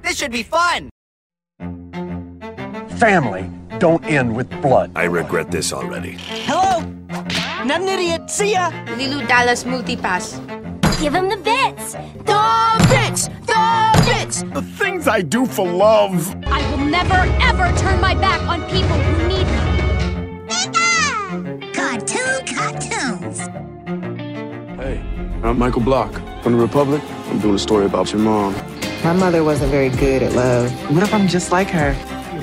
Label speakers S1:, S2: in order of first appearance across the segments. S1: This should be fun!
S2: Family don't end with blood.
S3: I regret this already.
S1: Hello! Not an idiot! See ya!
S4: Lilu Dallas Multipass.
S5: Give him the bits! The bits! The bits!
S6: The things I do for love.
S5: I will never ever turn my back on people who need
S7: me. Cartoon cartoons.
S8: Hey, I'm Michael Block from the Republic. I'm doing a story about your mom.
S9: My mother wasn't very good at love.
S10: What if I'm just like her?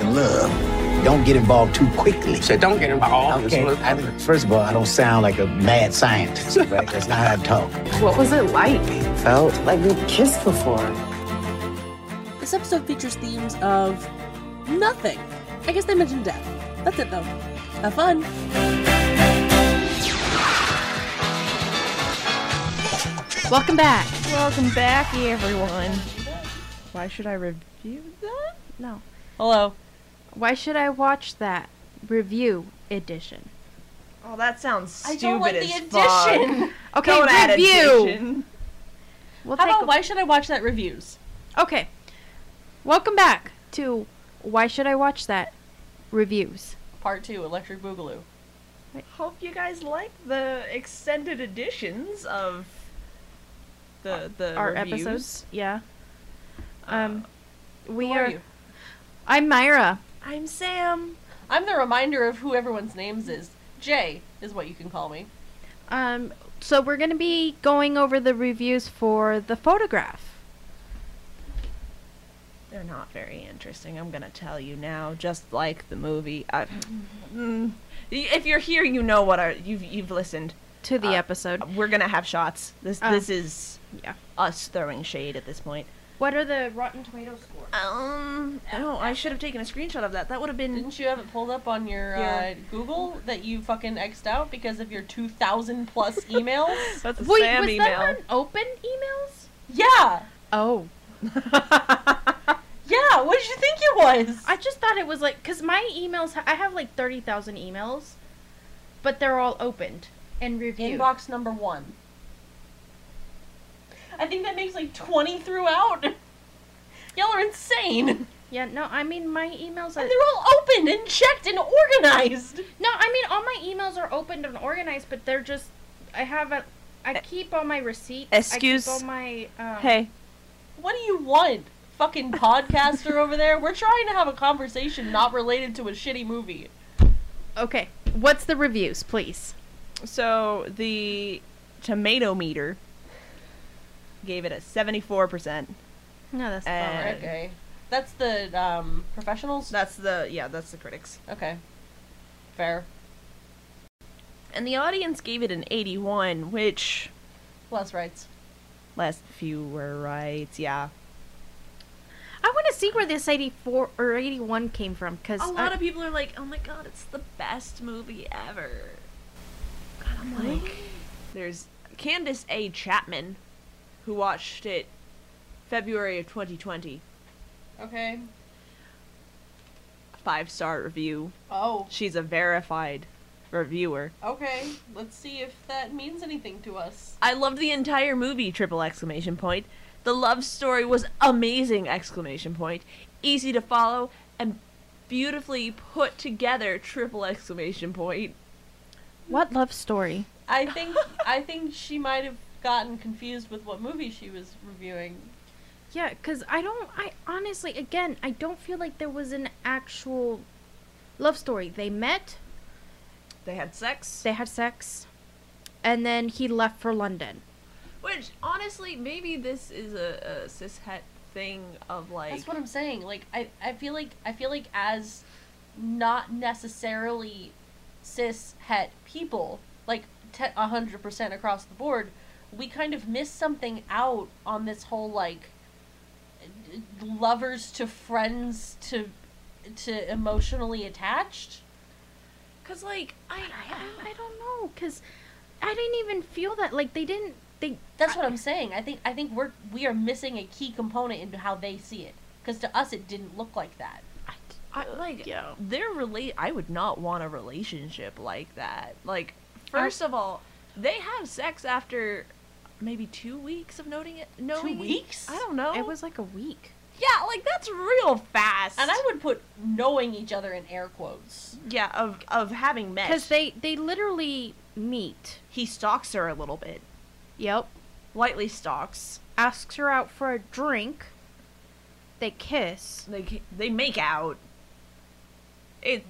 S11: In love, don't get involved too quickly.
S12: So don't get involved.
S11: Okay. I, first of all, I don't sound like a mad scientist. Right? That's not how I talk.
S4: What was it like?
S9: Felt like we kissed before.
S13: This episode features themes of nothing. I guess they mentioned death. That's it though. Have fun. Welcome back.
S14: Welcome back, everyone. Why should I review that? No.
S13: Hello.
S14: Why should I watch that review edition?
S7: Oh, that sounds stupid.
S13: I don't like the
S7: as
S13: edition.
S7: fuck.
S14: Okay,
S7: Don't add
S14: review.
S7: addition.
S14: We'll
S13: How
S14: take
S13: about
S14: a-
S13: why should I watch that reviews?
S14: Okay. Welcome back to Why Should I Watch That Reviews.
S13: Part two, Electric Boogaloo.
S7: Hope you guys like the extended editions of the the
S14: Our
S7: reviews.
S14: episodes. Yeah.
S7: Uh,
S14: Um we
S13: Who
S14: are,
S13: are you?
S14: I'm Myra.
S7: I'm Sam.
S13: I'm the reminder of who everyone's names is. Jay is what you can call me.
S14: Um so we're going to be going over the reviews for The Photograph.
S7: They're not very interesting. I'm gonna tell you now, just like the movie. I, mm, if you're here, you know what. Our, you've you've listened.
S14: To the
S7: Uh,
S14: episode.
S7: We're gonna have shots. This
S14: Uh,
S7: this is
S14: yeah.
S7: us throwing shade at this point.
S14: What are the Rotten Tomatoes scores?
S7: Um. Oh, I should have taken a screenshot of that. That would have been.
S13: Didn't you have it pulled up on your uh,
S7: Yeah.
S13: Google that you fucking X'd out because of your 2,000 plus emails?
S7: That's a
S14: Wait,
S7: spam
S14: was
S7: email.
S14: that on open emails?
S13: yeah!
S14: Oh.
S13: Yeah! What did you think it was?
S14: I just thought it was like because my emails ha- I have like thirty thousand emails, but they're all opened and reviewed.
S13: Inbox number one. I think that makes like 20 throughout. Y'all are insane. And
S14: Yeah, no, I mean my emails. Are,
S13: they're all opened and checked and organized.
S14: no, I mean all my emails are opened and organized, but they're just I have a I keep all my receipts.
S7: Eh. Excuse-
S14: I keep all my um,
S7: Hey,
S13: What do you want? Fucking podcaster over there. We're trying to have a conversation not related to a shitty movie.
S14: Okay, what's the reviews, please?
S7: so the tomato meter gave it a 74%.
S14: No, that's
S7: Uh,
S14: fine.
S13: Okay. That's the um, professionals?
S7: That's the, yeah, that's the critics.
S13: okay. Fair.
S7: And the audience gave it an 81, which,
S13: Less rights.
S7: less fewer rights, yeah.
S14: I want to see where this eighty-four or eighty-one came from because
S7: A lot of people are like, oh my god, it's the best movie ever. God, I'm like. There's Candace A. Chapman, who watched it February of 2020.
S13: Okay.
S7: Five star review.
S13: Oh,
S7: She's a verified reviewer.
S13: okay. Let's see if that means anything to us.
S7: I loved the entire movie, triple exclamation point. The love story was amazing, exclamation point. Easy to follow and beautifully put together, triple exclamation point.
S14: what love story?
S13: I think I think she might have gotten confused with what movie she was reviewing.
S14: Yeah, because I don't. I honestly, again, I don't feel like there was an actual love story. They met,
S7: They had sex.
S14: they had sex, and then he left for London.
S7: Which, honestly, maybe this is a, a cishet thing of like.
S13: That's what I'm saying. Like I, I feel like I feel like as not necessarily cis het people, like a hundred percent across the board, we kind of miss something out on this whole like d- lovers to friends to to emotionally attached.
S7: Because, like, I.
S14: I, I don't know, because I didn't even feel that. Like, they didn't. They.
S13: That's what I'm saying. I think I think we're we are missing a key component into how they see it. Because to us, it didn't look like that.
S14: I,
S7: I like
S14: Yeah.
S7: their relate. I would not want a relationship like that. Like, first of all, they have sex after maybe two weeks of noting it. Knowing
S13: weeks?
S7: I don't know.
S14: it was like a week.
S7: Yeah, like that's real fast.
S13: And I would put knowing each other in air quotes.
S7: Yeah, of of having met.
S14: Because they they literally meet.
S7: He stalks her a little bit.
S14: Yep.
S7: Lightly stalks.
S14: Asks her out for a drink. They kiss.
S7: They ca- they make out. It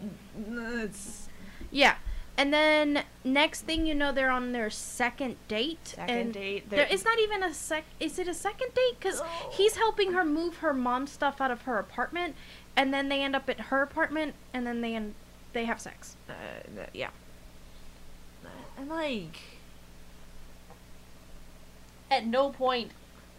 S7: it's
S14: Yeah. And then next thing you know, they're on their second date.
S7: Second
S14: and
S7: date,
S14: There,
S7: they're-
S14: it's not even a sec. Is it a second date? Because he's helping her move her mom's stuff out of her apartment, and then they end up at her apartment, and then they end, they have sex.
S7: uh, th- yeah. And like
S13: At no point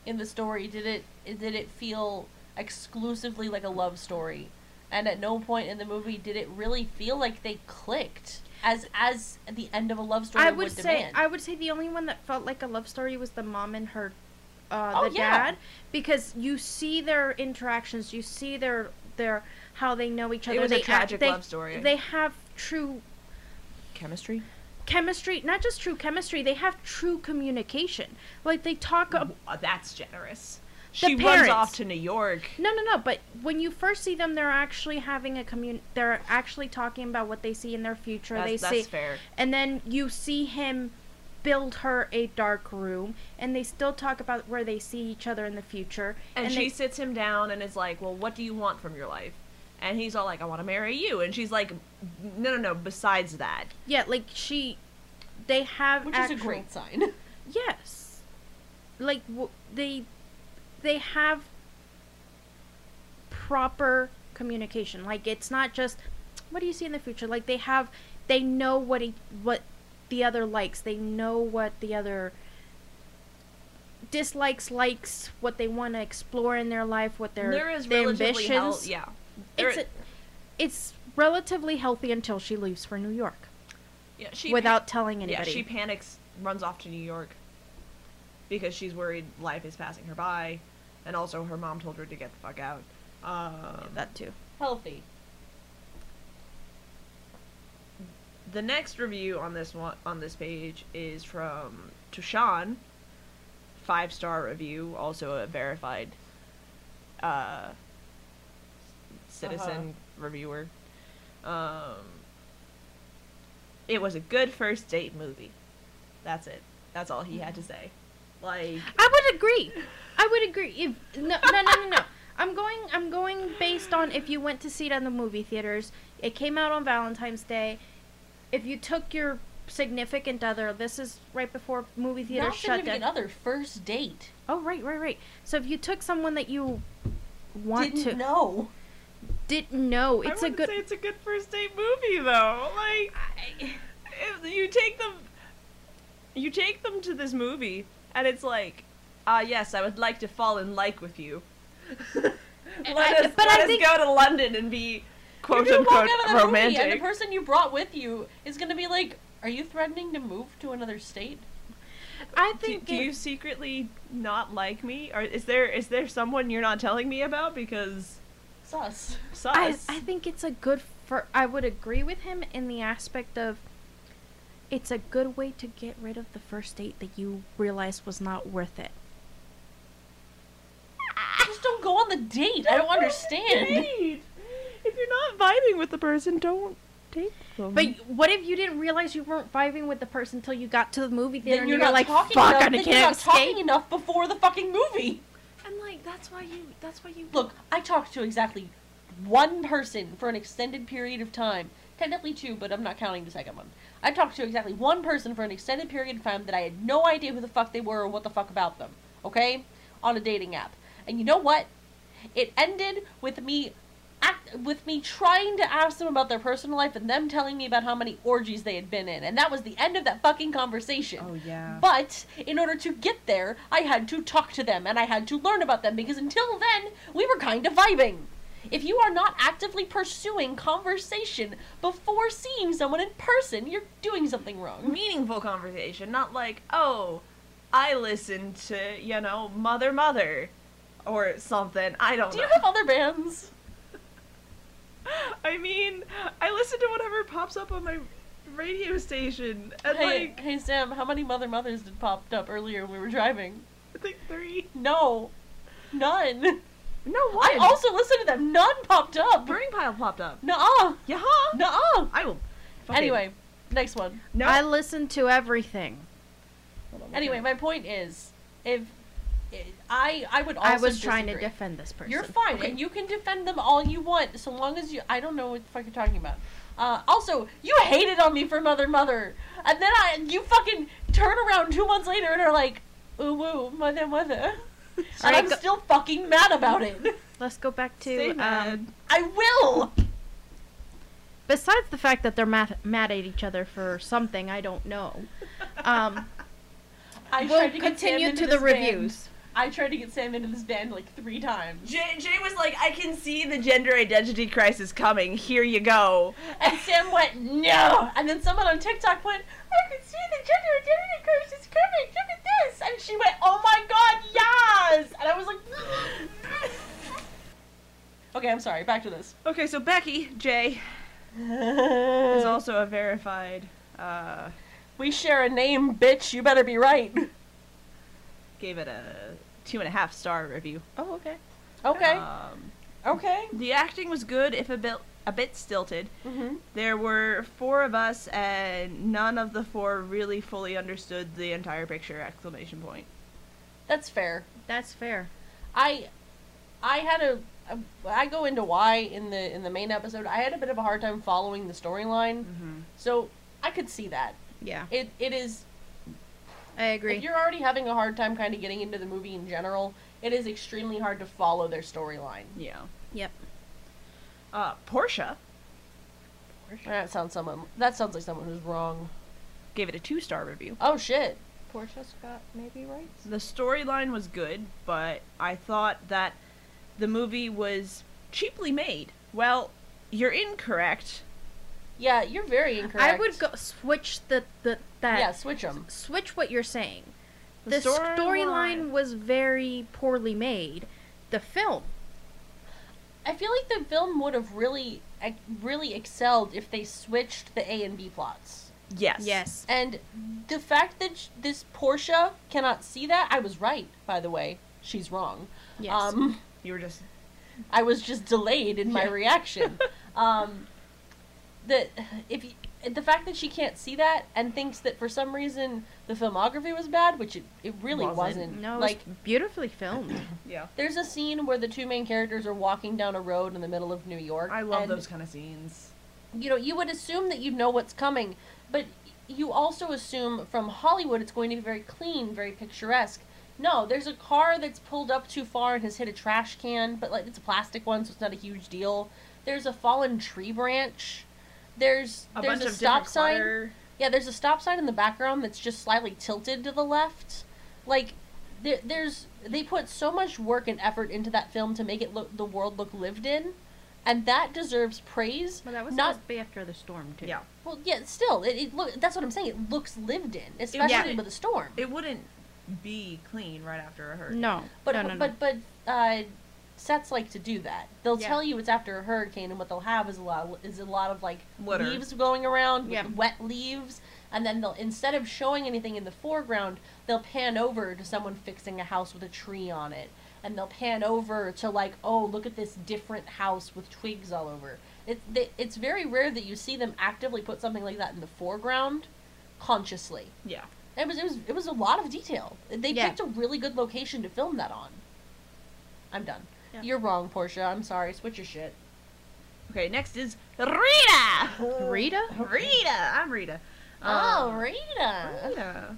S13: in the story did it it- did it feel exclusively like a love story, and at no point in the movie did it really feel like they clicked as as the end of a love story
S14: I
S13: would,
S14: would say
S13: demand.
S14: I would say the only one that felt like a love story was the mom and her, uh,
S13: Oh,
S14: the
S13: yeah.
S14: dad, because you see their interactions, you see their their how they know each
S7: It
S14: other.
S7: was a
S14: they act-
S7: tragic
S14: they-
S7: love story.
S14: They have true
S7: chemistry.
S14: chemistry not just true chemistry they have true communication like they talk ab-
S7: Uh, that's generous.
S14: The
S7: she runs
S14: parents.
S7: off to New York.
S14: no no no but when you first see them they're actually having a commun they're actually talking about what they see in their future
S7: That's,
S14: they
S7: that's
S14: see
S7: fair.
S14: and then you see him build her a dark room and they still talk about where they see each other in the future
S7: And, she
S14: they-
S7: sits him down and is like, "Well, what do you want from your life?" And he's all like, "I want to marry you." And she's like, "No, no, no. Besides that,
S14: yeah like she they have
S13: which
S14: actual-
S13: is a great sign.
S14: Yes. Like w- they they have proper communication. Like it's not just what do you see in the future? Like they have they know what e- what the other likes. They know what the other dislikes, likes, what they want to explore in their life, what their
S7: there is
S14: their
S7: relatively
S14: ambitions.
S7: hell- yeah." There-
S14: It's a, it's relatively healthy until she leaves for New York
S7: yeah, she
S14: without telling anybody.
S7: Yeah, she panics, runs off to New York because she's worried life is passing her by, and also her mom told her to get the fuck out. Um,
S14: that too.
S13: Healthy.
S7: the next review on this one on this page is from Tushan, five star review, also a verified uh, citizen reviewer. Um, it was a good first date movie. That's it. That's all he had to say. Like
S14: I would agree. I would agree. If no, no, no, no, no. I'm going. I'm going based on if you went to see it in the movie theaters. It came out on Valentine's Day. If you took your significant other, this is right before movie theaters
S13: Not
S14: shut down.
S13: significant other first date.
S14: Oh, right, right, right. So if you took someone that you want
S13: Didn't
S14: to
S13: know.
S14: didn't know, it's
S7: I
S14: a
S7: wouldn't
S14: good.
S7: Say it's a good first date movie, though. Like, if you take them, you take them to this movie, and it's like, ah, yes, I would like to fall in like with you. let
S14: I-
S7: us,
S14: but
S7: let
S14: I
S7: us
S14: think-
S7: go to London and be quote
S13: You're gonna walk
S7: unquote
S13: out of the
S7: romantic.
S13: movie and the person you brought with you is gonna be like, "Are you threatening to move to another state?"
S14: I
S7: do,
S14: think
S7: do
S14: it-
S7: you secretly not like me, or is there is there someone you're not telling me about because
S13: Sus.
S14: I,
S7: sus?
S14: I think it's a good for I would agree with him in the aspect of it's a good way to get rid of the first date that you realized was not worth it.
S13: Just don't go on the date. I don't understand.
S7: Date. If you're not vibing with the person, don't date them.
S14: But
S13: Mm-hmm.
S14: what if you didn't realize you weren't vibing with the person until you got to the movie theater
S13: Then
S14: and
S13: you're
S14: you
S13: not
S14: were like,
S13: talking
S14: "Fuck,
S13: enough.
S14: I
S13: Then
S14: can't
S13: you're not
S14: escape."
S13: talking enough before the fucking movie.
S7: and like that's why you that's why you
S13: Look, I talked to exactly one person for an extended period of time. Technically two, but I'm not counting the second one. I talked to exactly one person for an extended period of time that I had no idea who the fuck they were or what the fuck about them. Okay? On a dating app. And you know what? It ended with me act- with me trying to ask them about their personal life and them telling me about how many orgies they had been in. And that was the end of that fucking conversation.
S7: Oh yeah.
S13: But in order to get there, I had to talk to them and I had to learn about them because until then, we were kind of vibing. If you are not actively pursuing conversation before seeing someone in person, you're doing something wrong.
S7: meaningful conversation, not like, oh, I listen to, you know, Mother Mother or something. I don't
S13: Do
S7: know.
S13: you have other bands?
S7: I mean, I listen to whatever pops up on my radio station and
S13: Hey,
S7: like
S13: hey Sam, how many mother mothers did popped up earlier when we were driving?
S7: I think three.
S13: No, none.
S7: No,
S13: I
S7: one.
S13: also listened to them. None popped up.
S7: Burning Pile popped up.
S13: Nuh-uh.
S7: Yeah.
S13: Nuh-uh.
S7: I will. fucking-
S13: Anyway, next one.
S7: no.
S14: I listen to everything.
S13: Anyway, my point is, if I I would also
S14: I was trying to
S13: disagree.
S14: defend this person.
S13: You're fine, and you can defend them all you want, so long as you. I don't know what the fuck you're talking about. Uh, also, you hated on me for Mother Mother, and then I you fucking turn around two months later and are like, ooh woo, Mother Mother, and
S14: Alright,
S13: I'm
S14: go-
S13: still fucking mad about it.
S14: Let's go back
S7: Stay
S14: to
S7: mad.
S14: um,
S13: I will.
S14: besides the fact that they're mad, mad at each other for something I don't know. Um,
S13: I
S14: we'll
S13: tried to get Sam
S14: continue
S13: into
S14: to the
S13: this band.
S14: reviews.
S13: I tried to get Sam into this band like three times,
S7: Jay, Jay was like, I can see the gender identity crisis coming. Here you go.
S13: and Sam went no, and then someone on TikTok went, I can see the gender identity crisis coming. Look at this, and she went, oh my god, yes, and I was like. Okay, I'm sorry. Back to this.
S7: Okay, so Becky, Jay, is also a verified uh,
S13: we share a name, bitch. You better be right.
S7: gave it a two and a half star review.
S13: Oh, okay. Uh. Okay.
S7: Um,
S13: okay.
S7: the acting was good, if a bit a bit stilted.
S13: Mm-hmm.
S7: There were four of us, and none of the four really fully understood the entire picture! Exclamation point.
S13: That's fair.
S14: That's fair.
S13: I, I had a, a. I go into why in the in the main episode. I had a bit of a hard time following the storyline, so I could see that.
S14: Yeah,
S13: It it is.
S14: I agree.
S13: If you're already having a hard time kind of getting into the movie in general, it is extremely hard to follow their storyline.
S7: Yeah.
S14: Yep.
S7: Uh, Portia
S13: That sounds someone. That sounds like someone who's wrong.
S7: gave it a two star review.
S13: Oh shit. Portia's got maybe rights.
S7: The storyline was good, but I thought that the movie was cheaply made. Well, you're incorrect.
S13: Yeah, you're very incorrect.
S14: I would go switch the the that
S13: Yeah, switch them.
S14: switch what you're saying.
S7: The
S14: The,
S7: storyline-
S14: storyline was very poorly made. The film,
S13: I feel like the film would have really, ac- really excelled if they switched the A and B plots.
S7: Yes.
S14: yes,
S13: And the fact that sh- this Portia cannot see that, I was right, by the way. She's wrong.
S14: yes.
S13: Um,
S7: You were just
S13: I was just delayed in my
S7: Yeah.
S13: reaction. um, the if y the fact that she can't see that and thinks that for some reason the filmography was bad, which it, it really
S7: Wasn't.
S13: wasn't.
S14: no,
S13: like
S14: like beautifully filmed.
S7: yeah.
S13: there's a scene where the two main characters are walking down a road in the middle of New York.
S7: I love
S13: and
S7: those kind of scenes.
S13: you know, you would assume that you know what's coming, but you also assume from Hollywood it's going to be very clean, very picturesque. No, there's a car that's pulled up too far and has hit a trash can, but like it's a plastic one, so it's not a huge deal. There's a fallen tree branch. There's
S7: A
S13: there's
S7: bunch
S13: a
S7: of
S13: stop
S7: different
S13: sign.
S7: clutter.
S13: Yeah, there's a stop sign in the background that's just slightly tilted to the left. Like, there, there's they put so much work and effort into that film to make it look the world look lived in, and that deserves praise.
S14: Well, that was
S13: not
S14: supposed to be after the storm too.
S7: Yeah.
S13: well, yeah. Still, it, it look that's what I'm saying. It looks lived in, especially
S7: Yeah.
S13: with a storm.
S7: It wouldn't be clean right after a hurricane.
S14: No,
S13: but
S14: no, no, no.
S13: but but uh, sets like to do that. They'll
S14: Yeah.
S13: tell you it's after a hurricane, and what they'll have is a lot of, is a lot of like
S7: Litter.
S13: leaves going around,
S14: Yeah.
S13: with wet leaves, and then they'll instead of showing anything in the foreground, they'll pan over to someone fixing a house with a tree on it, and they'll pan over to like oh look at this different house with twigs all over. It, they, it's very rare that you see them actively put something like that in the foreground, consciously.
S7: Yeah.
S13: It was it was it was a lot of detail. They
S14: Yeah.
S13: picked a really good location to film that on. I'm done.
S14: Yeah.
S13: You're wrong, Portia. I'm sorry. Switch your shit.
S7: Okay, next is Rita.
S14: Rita.
S7: Rita. I'm Rita.
S13: oh,
S7: Um,
S13: Rita.
S7: Rita.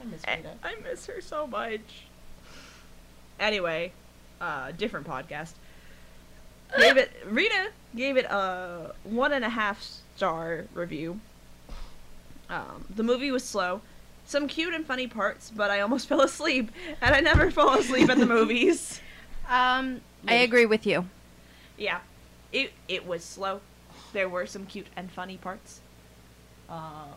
S13: I miss
S7: I,
S14: Eh.
S13: Rita.
S7: I miss her so much. Anyway, uh, different podcast. Gave it, Rita gave it a one and a half star review. Um, the movie was slow. Some cute and funny parts, but I almost fell asleep, and I never fall asleep at the movies.
S14: Um, I agree with you.
S7: Yeah, it it was slow. There were some cute and funny parts.
S13: Um,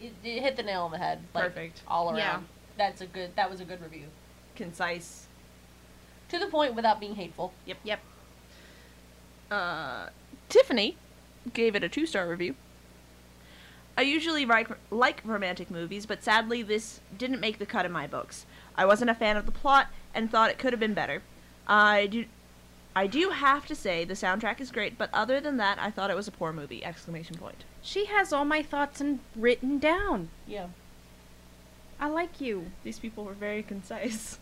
S13: it, it hit the nail on the head. Like,
S7: Perfect.
S13: All around.
S14: Yeah.
S13: That's a good. That was a good review.
S7: Concise.
S13: To the point without being hateful.
S7: Yep.
S14: Yep.
S7: Uh, Tiffany gave it a two star review. I usually like, like romantic movies, but sadly, this didn't make the cut in my books. I wasn't a fan of the plot and thought it could have been better. I do, I do have to say the soundtrack is great, but other than that, I thought it was a poor movie! Exclamation point.
S14: She has all my thoughts and written down.
S13: Yeah.
S14: I like you.
S7: These people were very concise.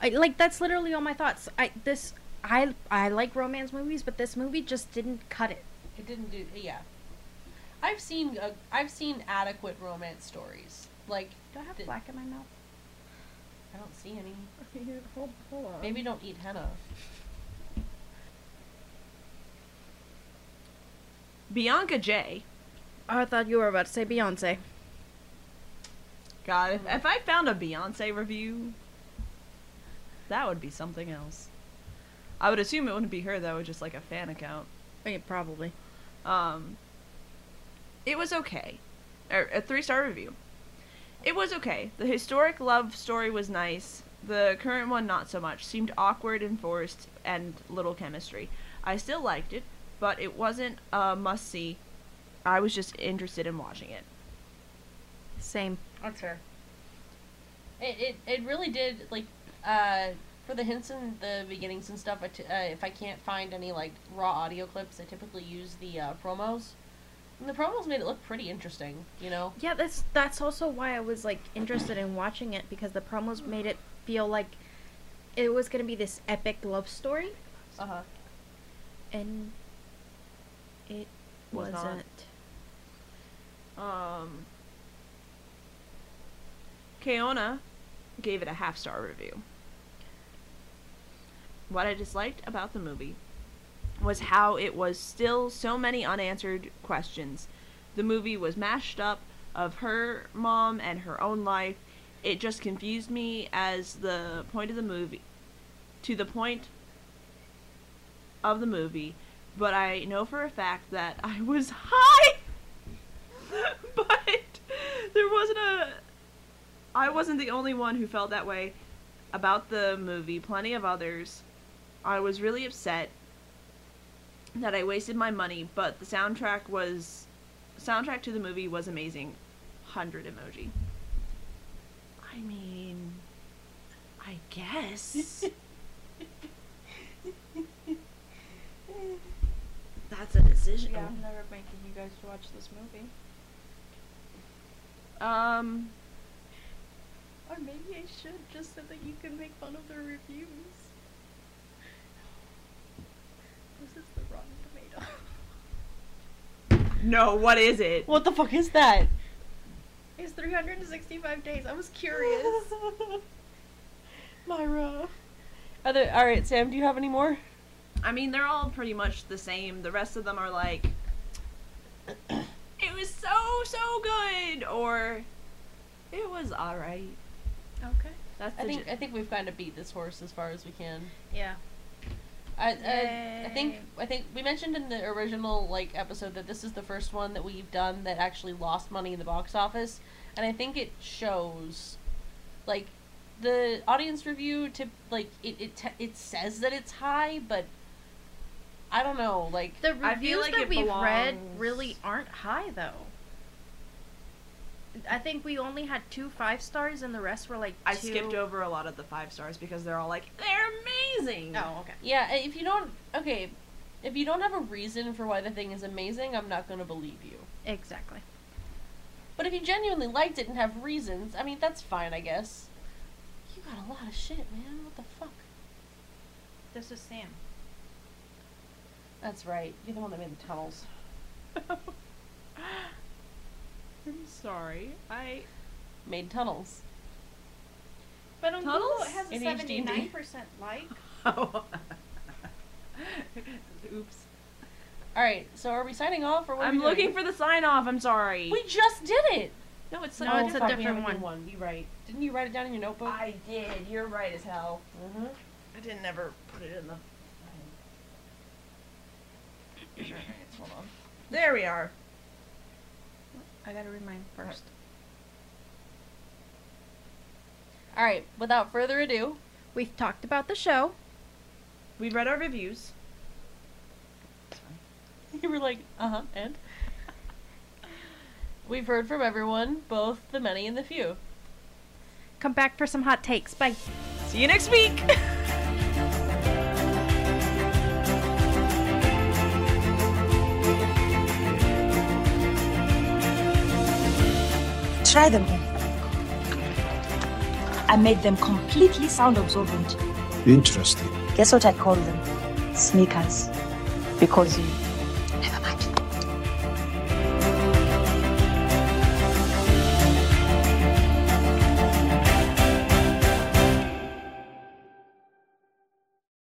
S14: I, like that's literally all my thoughts. I this I I like romance movies, but this movie just didn't cut it.
S13: It didn't do. Yeah. I've seen uh, I've seen adequate romance stories. Like
S14: Do I have
S13: Did-
S14: black in my mouth?
S13: I don't see any.
S14: hold, hold on.
S13: Maybe don't eat henna.
S7: Bianca J.
S5: Oh,
S14: I thought you were about to say Beyonce.
S7: God, if, if I found a Beyonce review, that would be something else. I would assume it wouldn't be her though, just like a fan account.
S5: Oh,
S14: Yeah, probably.
S7: Um, it was okay. Er, a three star review. It was okay. The historic love story was nice. The current one, not so much. Seemed awkward and forced and little chemistry. I still liked it, but it wasn't a must see. I was just interested in watching it.
S14: Same.
S13: That's fair. It, it, it really did, like, uh, for the hints and the beginnings and stuff, I t- uh, if I can't find any, like, raw audio clips, I typically use the uh, promos. And the promos made it look pretty interesting, you know?
S14: Yeah, that's that's also why I was like interested in watching it because the promos made it feel like it was gonna be this epic love story,
S13: Uh huh.
S14: and it
S7: Was not.
S14: wasn't.
S7: Um, Keona gave it a half star review. What I disliked about the movie was how it was still so many unanswered questions. The movie was mashed up of her mom and her own life. It just confused me as the point of the movie to the point of the movie, but I know for a fact that I was high but there wasn't a I wasn't the only one who felt that way about the movie. Plenty of others. I was really upset that I wasted my money, but the soundtrack was soundtrack to the movie was amazing. 100 emoji. I mean, I guess that's a decision.
S5: never making you guys watch this movie.
S7: Um
S5: Or maybe I should, just so that you can make fun of the reviews. This is the Rotten Tomato.
S7: no, what is it?
S13: What the fuck is that?
S5: It's 365 days. I was curious.
S13: Myra. Are there, all right, Sam, do you have any more?
S7: I mean, they're all pretty much the same. The rest of them are like, it was so, so good, or it was alright.
S14: Okay.
S7: That's the
S13: I think
S7: gen-
S13: I think we've kind of beat this horse as far as we can.
S14: Yeah.
S13: I, I, I think
S14: Yay.
S13: I think we mentioned in the original like episode that this is the first one that we've done that actually lost money in the box office, and I think it shows, like, the audience review to like it it te- it says that it's high, but I don't know like
S14: The
S7: I feel
S14: reviews
S7: like
S14: that
S7: it
S14: we've read
S7: belongs-
S14: really aren't high though. I think we only had two five stars, and the rest were like.
S7: I
S14: two-
S7: skipped over a lot of the five stars because they're all like, they're amazing.
S14: Oh, okay.
S13: yeah i- if you don't okay if you don't have a reason for why the thing is amazing, I'm not gonna believe you.
S14: Exactly.
S13: But if you genuinely liked it and have reasons, I mean that's fine, I guess. You got a lot of shit, man. What the fuck?
S14: This is Sam.
S13: That's right. You're the one that made the tunnels.
S7: I'm sorry. I
S13: Made tunnels.
S14: But on
S7: Google, it has
S13: a ADHD. 79%
S14: like.
S7: oh. Oops.
S13: All right. So are we signing off or what? are
S7: I'm
S13: we doing?
S7: looking for the sign off. I'm sorry.
S13: We just did it.
S7: no, it's
S14: No,
S7: not.
S14: it's a
S13: fuck, we
S14: different
S13: haven't done
S14: one.
S13: You right? Didn't you write it down in your notebook?
S7: I did. You're right as hell.
S13: Mhm.
S7: I didn't ever put it in the. Hold on. There we are.
S14: I gotta read mine first.
S13: All right. Without further ado,
S14: We've talked about the show.
S7: We read our reviews.
S13: you were like, uh huh, and we've heard from everyone, both the many and the few.
S14: Come back for some hot takes. Bye.
S7: See you next week.
S3: Try them all. I made them completely sound absorbent.
S8: Interesting.
S3: Guess what I call them? Sneakers. Because you